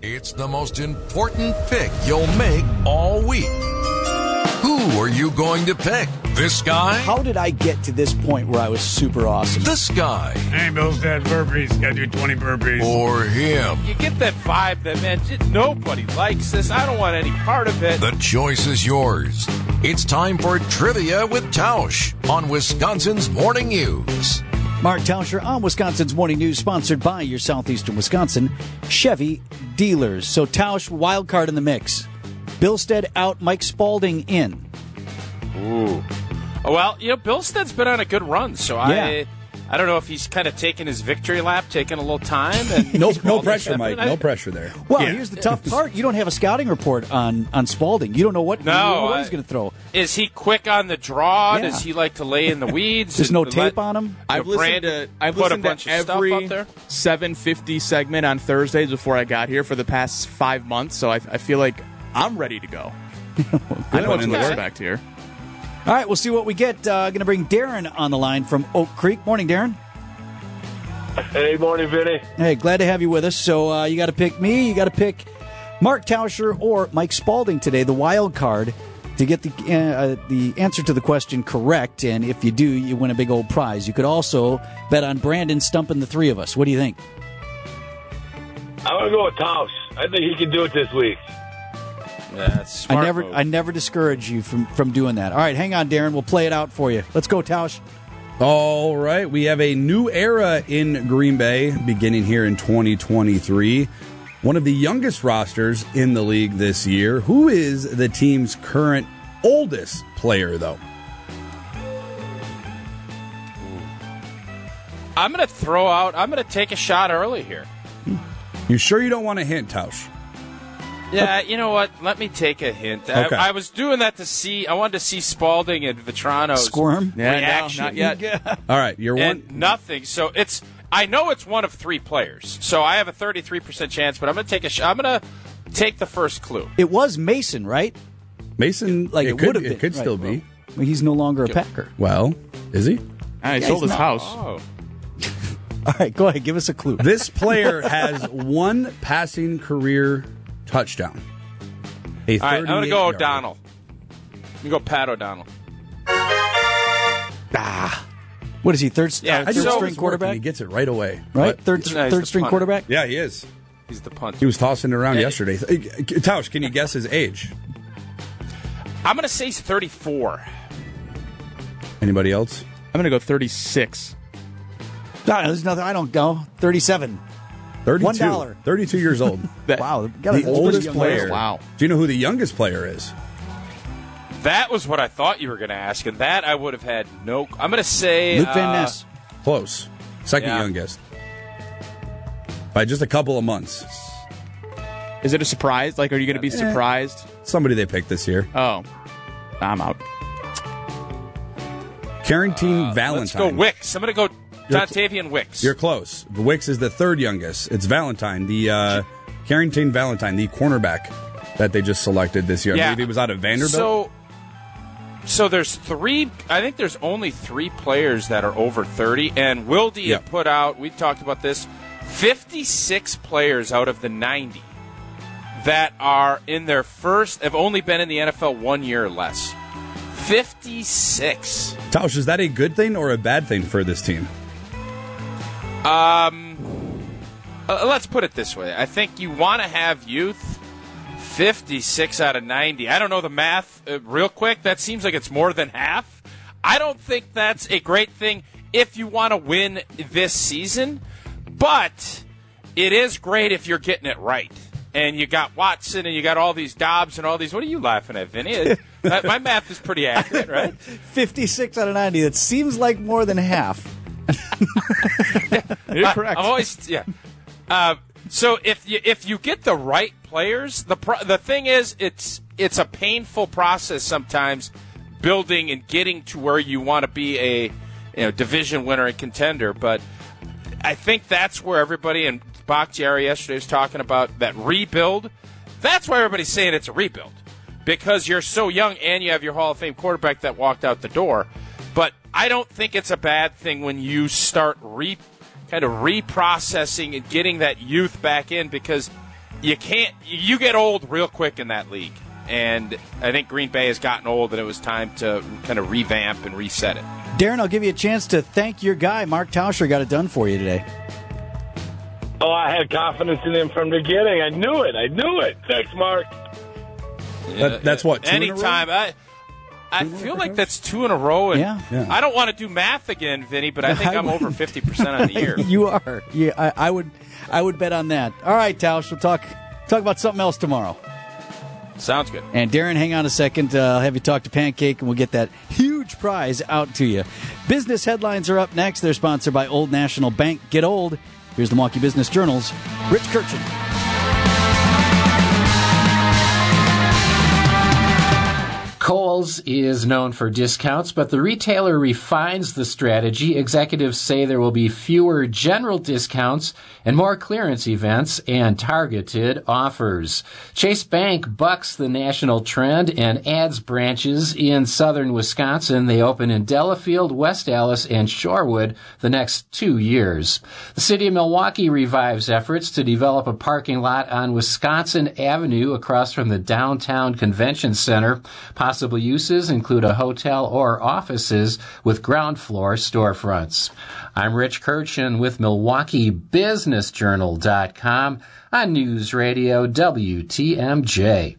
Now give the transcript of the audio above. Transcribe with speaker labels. Speaker 1: It's the most important pick you'll make all week. Who are you going to pick? This guy?
Speaker 2: How did I get to this point where I was super awesome?
Speaker 1: This guy?
Speaker 3: Hey, Bill's dad burpees. Gotta do 20 burpees.
Speaker 1: Or him?
Speaker 4: You get that vibe that, man, j- nobody likes this. I don't want any part of it.
Speaker 1: The choice is yours. It's time for Trivia with Tausch on Wisconsin's Morning News.
Speaker 2: Mark Tauscher on Wisconsin's Morning News, sponsored by your Southeastern Wisconsin Chevy dealers. So Tausch, wild card in the mix. Bilstead out, Mike Spalding in.
Speaker 4: Oh, Well, you know, Bilstead's been on a good run, so
Speaker 2: Yeah.
Speaker 4: I. I don't know if he's kind of taking his victory lap, taking a little time, and
Speaker 5: No, no
Speaker 4: Spalding's
Speaker 5: pressure,
Speaker 4: stepping
Speaker 5: Mike.
Speaker 4: in. I-
Speaker 5: No pressure there.
Speaker 2: Well,
Speaker 3: Yeah.
Speaker 2: here's the tough part. You don't have a scouting report on on Spalding. You don't know what, you don't know
Speaker 4: No,
Speaker 2: what
Speaker 4: I-
Speaker 2: he's going to throw.
Speaker 4: Is he quick on the draw?
Speaker 2: Yeah.
Speaker 4: Does he like to lay in the weeds?
Speaker 2: There's
Speaker 4: and
Speaker 2: no
Speaker 4: let-
Speaker 2: tape on him.
Speaker 6: I've
Speaker 4: Your
Speaker 6: listened to
Speaker 4: brand
Speaker 6: I've
Speaker 4: put a
Speaker 6: listened
Speaker 4: bunch
Speaker 6: to
Speaker 4: of stuff
Speaker 6: every
Speaker 4: out there?
Speaker 6: 750 segment on Thursdays before I got here for the past five months, so I, I feel like I'm ready to go. I know what
Speaker 5: Putting
Speaker 6: to
Speaker 5: in the work.
Speaker 6: expect here.
Speaker 2: All right, we'll see what we get. Uh, going to bring Darren on the line from Oak Creek. Morning, Darren.
Speaker 7: Hey, morning, Vinny.
Speaker 2: Hey, glad to have you with us. So uh, you got to pick me. You got to pick Mark Tauscher or Mike Spalding today, the wild card, to get the uh, uh, the answer to the question correct. And if you do, you win a big old prize. You could also bet on Brandon stumping the three of us. What do you think?
Speaker 7: I'm gonna go with Tausch. I think he can do it this week.
Speaker 4: Yeah, it's smart
Speaker 2: I never
Speaker 4: move.
Speaker 2: I never discourage you from from doing that. All right, hang on, Darren. We'll play it out for you. Let's go, Tausch.
Speaker 5: All right, we have a new era in Green Bay beginning here in 2023. One of the youngest rosters in the league this year. Who is the team's current oldest player, though?
Speaker 4: I'm going to throw out. I'm going to take a shot early here.
Speaker 5: You sure you don't want a hint, Tausch?
Speaker 4: Yeah, you know what? Let me take a hint.
Speaker 5: Okay.
Speaker 4: I, I was doing that to see. I wanted to see Spalding and Vitrano
Speaker 2: Squirm.
Speaker 6: Yeah, no,
Speaker 4: Reaction.
Speaker 6: not yet.
Speaker 5: All right, you're
Speaker 4: and
Speaker 5: one.
Speaker 4: nothing. So it's. I know it's one of three players. So I have a 33% chance, but I'm going to take a. Sh- I'm going to take the first clue.
Speaker 2: It was Mason, right?
Speaker 5: Mason,
Speaker 2: Like it,
Speaker 5: could,
Speaker 2: would have been.
Speaker 5: It could
Speaker 2: right.
Speaker 5: still be.
Speaker 2: Well, he's no longer a Packer.
Speaker 5: Well, is he?
Speaker 6: Ah, he sold his house.
Speaker 4: Oh.
Speaker 2: All right, go ahead. Give us a clue.
Speaker 5: This player has one passing career touchdown. A
Speaker 4: All right, I'm going to
Speaker 5: 38
Speaker 4: go
Speaker 5: yarder.
Speaker 4: O'Donnell. You go Pat O'Donnell.
Speaker 2: What is he? Third,
Speaker 4: Yeah,
Speaker 2: uh,
Speaker 5: I
Speaker 2: third
Speaker 5: do
Speaker 2: string
Speaker 5: all this work and
Speaker 2: quarterback,
Speaker 5: He gets it right away.
Speaker 2: right?
Speaker 5: But-
Speaker 2: Third,
Speaker 4: No, he's the
Speaker 2: third string
Speaker 4: punter.
Speaker 2: quarterback.
Speaker 5: yeah, he is.
Speaker 4: He's the punter.
Speaker 5: He was tossing it around yesterday. Uh, Tausch, can you guess his age?
Speaker 4: I'm going to say he's 34.
Speaker 5: Anybody else?
Speaker 6: I'm gonna go 36.
Speaker 2: No, there's nothing. I don't know. Thirty-seven.
Speaker 5: 32.
Speaker 2: One dollar.
Speaker 5: 32 years old.
Speaker 6: That-
Speaker 2: Wow, got
Speaker 5: the oldest
Speaker 6: young
Speaker 5: player.
Speaker 6: player. Wow.
Speaker 5: Do you know who the youngest player is?
Speaker 4: That was what I thought you were going to ask, and that I would have had no. I'm going to say
Speaker 2: Luke Van
Speaker 4: uh,
Speaker 2: Ness.
Speaker 5: Close. Second
Speaker 4: Yeah.
Speaker 5: youngest. By just a couple of months.
Speaker 6: Is it a surprise? Like, are you gonna be surprised?
Speaker 5: Somebody they picked this year.
Speaker 4: Uh,
Speaker 6: Oh, I'm out.
Speaker 5: Carrington Valentine.
Speaker 4: uh, Let's go Wicks. I'm going to go Dontavian Wicks.
Speaker 5: You're close. Wicks is the third youngest. It's Valentine, the uh, Carrington Valentine, the cornerback that they just selected this year. I
Speaker 4: Yeah.
Speaker 5: believe he was out of Vanderbilt.
Speaker 4: So, so there's three. I think there's only three players that are over 30, and Wilde
Speaker 5: Yeah.
Speaker 4: had put out. We talked about this. 56 players out of the 90 that are in their first have only been in the NFL one year or less. 56.
Speaker 5: Tausch, is that a good thing or a bad thing for this team?
Speaker 4: Uh, let's put it this way. I think you want to have youth. 56 out of 90. I don't know the math uh, real quick. That seems like it's more than half. I don't think that's a great thing if you want to win this season, but it is great if you're getting it right. And you got Watson and you got all these Dobbs and all these. What are you laughing at, Vinny? my, my math is pretty accurate, right?
Speaker 2: Fifty-six out of ninety. That seems like more than half.
Speaker 6: You're
Speaker 4: I'm always yeah. Uh, so if you if you get the right players, the pro- the thing is it's it's a painful process sometimes building and getting to where you want to be a you know division winner and contender, but I think that's where everybody and Bakhtiari yesterday was talking about that rebuild. That's why everybody's saying it's a rebuild because you're so young and you have your Hall of Fame quarterback that walked out the door. But I don't think it's a bad thing when you start re kind of reprocessing and getting that youth back in because you can't you get old real quick in that league. And I think Green Bay has gotten old, and it was time to kind of revamp and reset it.
Speaker 2: Darren, I'll give you a chance to thank your guy, Mark Tauscher. Got it done for you today.
Speaker 7: Oh, I had confidence in him from the beginning. I knew it. I knew it. Thanks, Mark.
Speaker 5: That- that's what, two in a row?
Speaker 4: Anytime I, I feel like that's two in a row. And
Speaker 2: Yeah.
Speaker 5: Yeah.
Speaker 4: I don't want to do math again, Vinny, but I think
Speaker 2: I
Speaker 4: I'm over fifty percent on the year.
Speaker 2: you are. Yeah, I, I would. I would bet on that. All right, Tausch. We'll talk talk about something else tomorrow.
Speaker 4: Sounds good.
Speaker 2: And Darren, hang on a second. Uh, I'll have you talk to Pancake, and we'll get that huge prize out to you. Business headlines are up next. They're sponsored by Old National Bank. Get old. Here's the Milwaukee Business Journal's Rich Kirchen.
Speaker 8: Kohl's is known for discounts, but the retailer refines the strategy. Executives say there will be fewer general discounts and more clearance events and targeted offers. Chase Bank bucks the national trend and adds branches in southern Wisconsin. They open in Delafield, West Allis, and Shorewood the next two years. The city of Milwaukee revives efforts to develop a parking lot on Wisconsin Avenue across from the downtown convention center. Possible uses include a hotel or offices with ground floor storefronts. I'm Rich Kirchen with MilwaukeeBusinessJournal.com on News Radio WTMJ.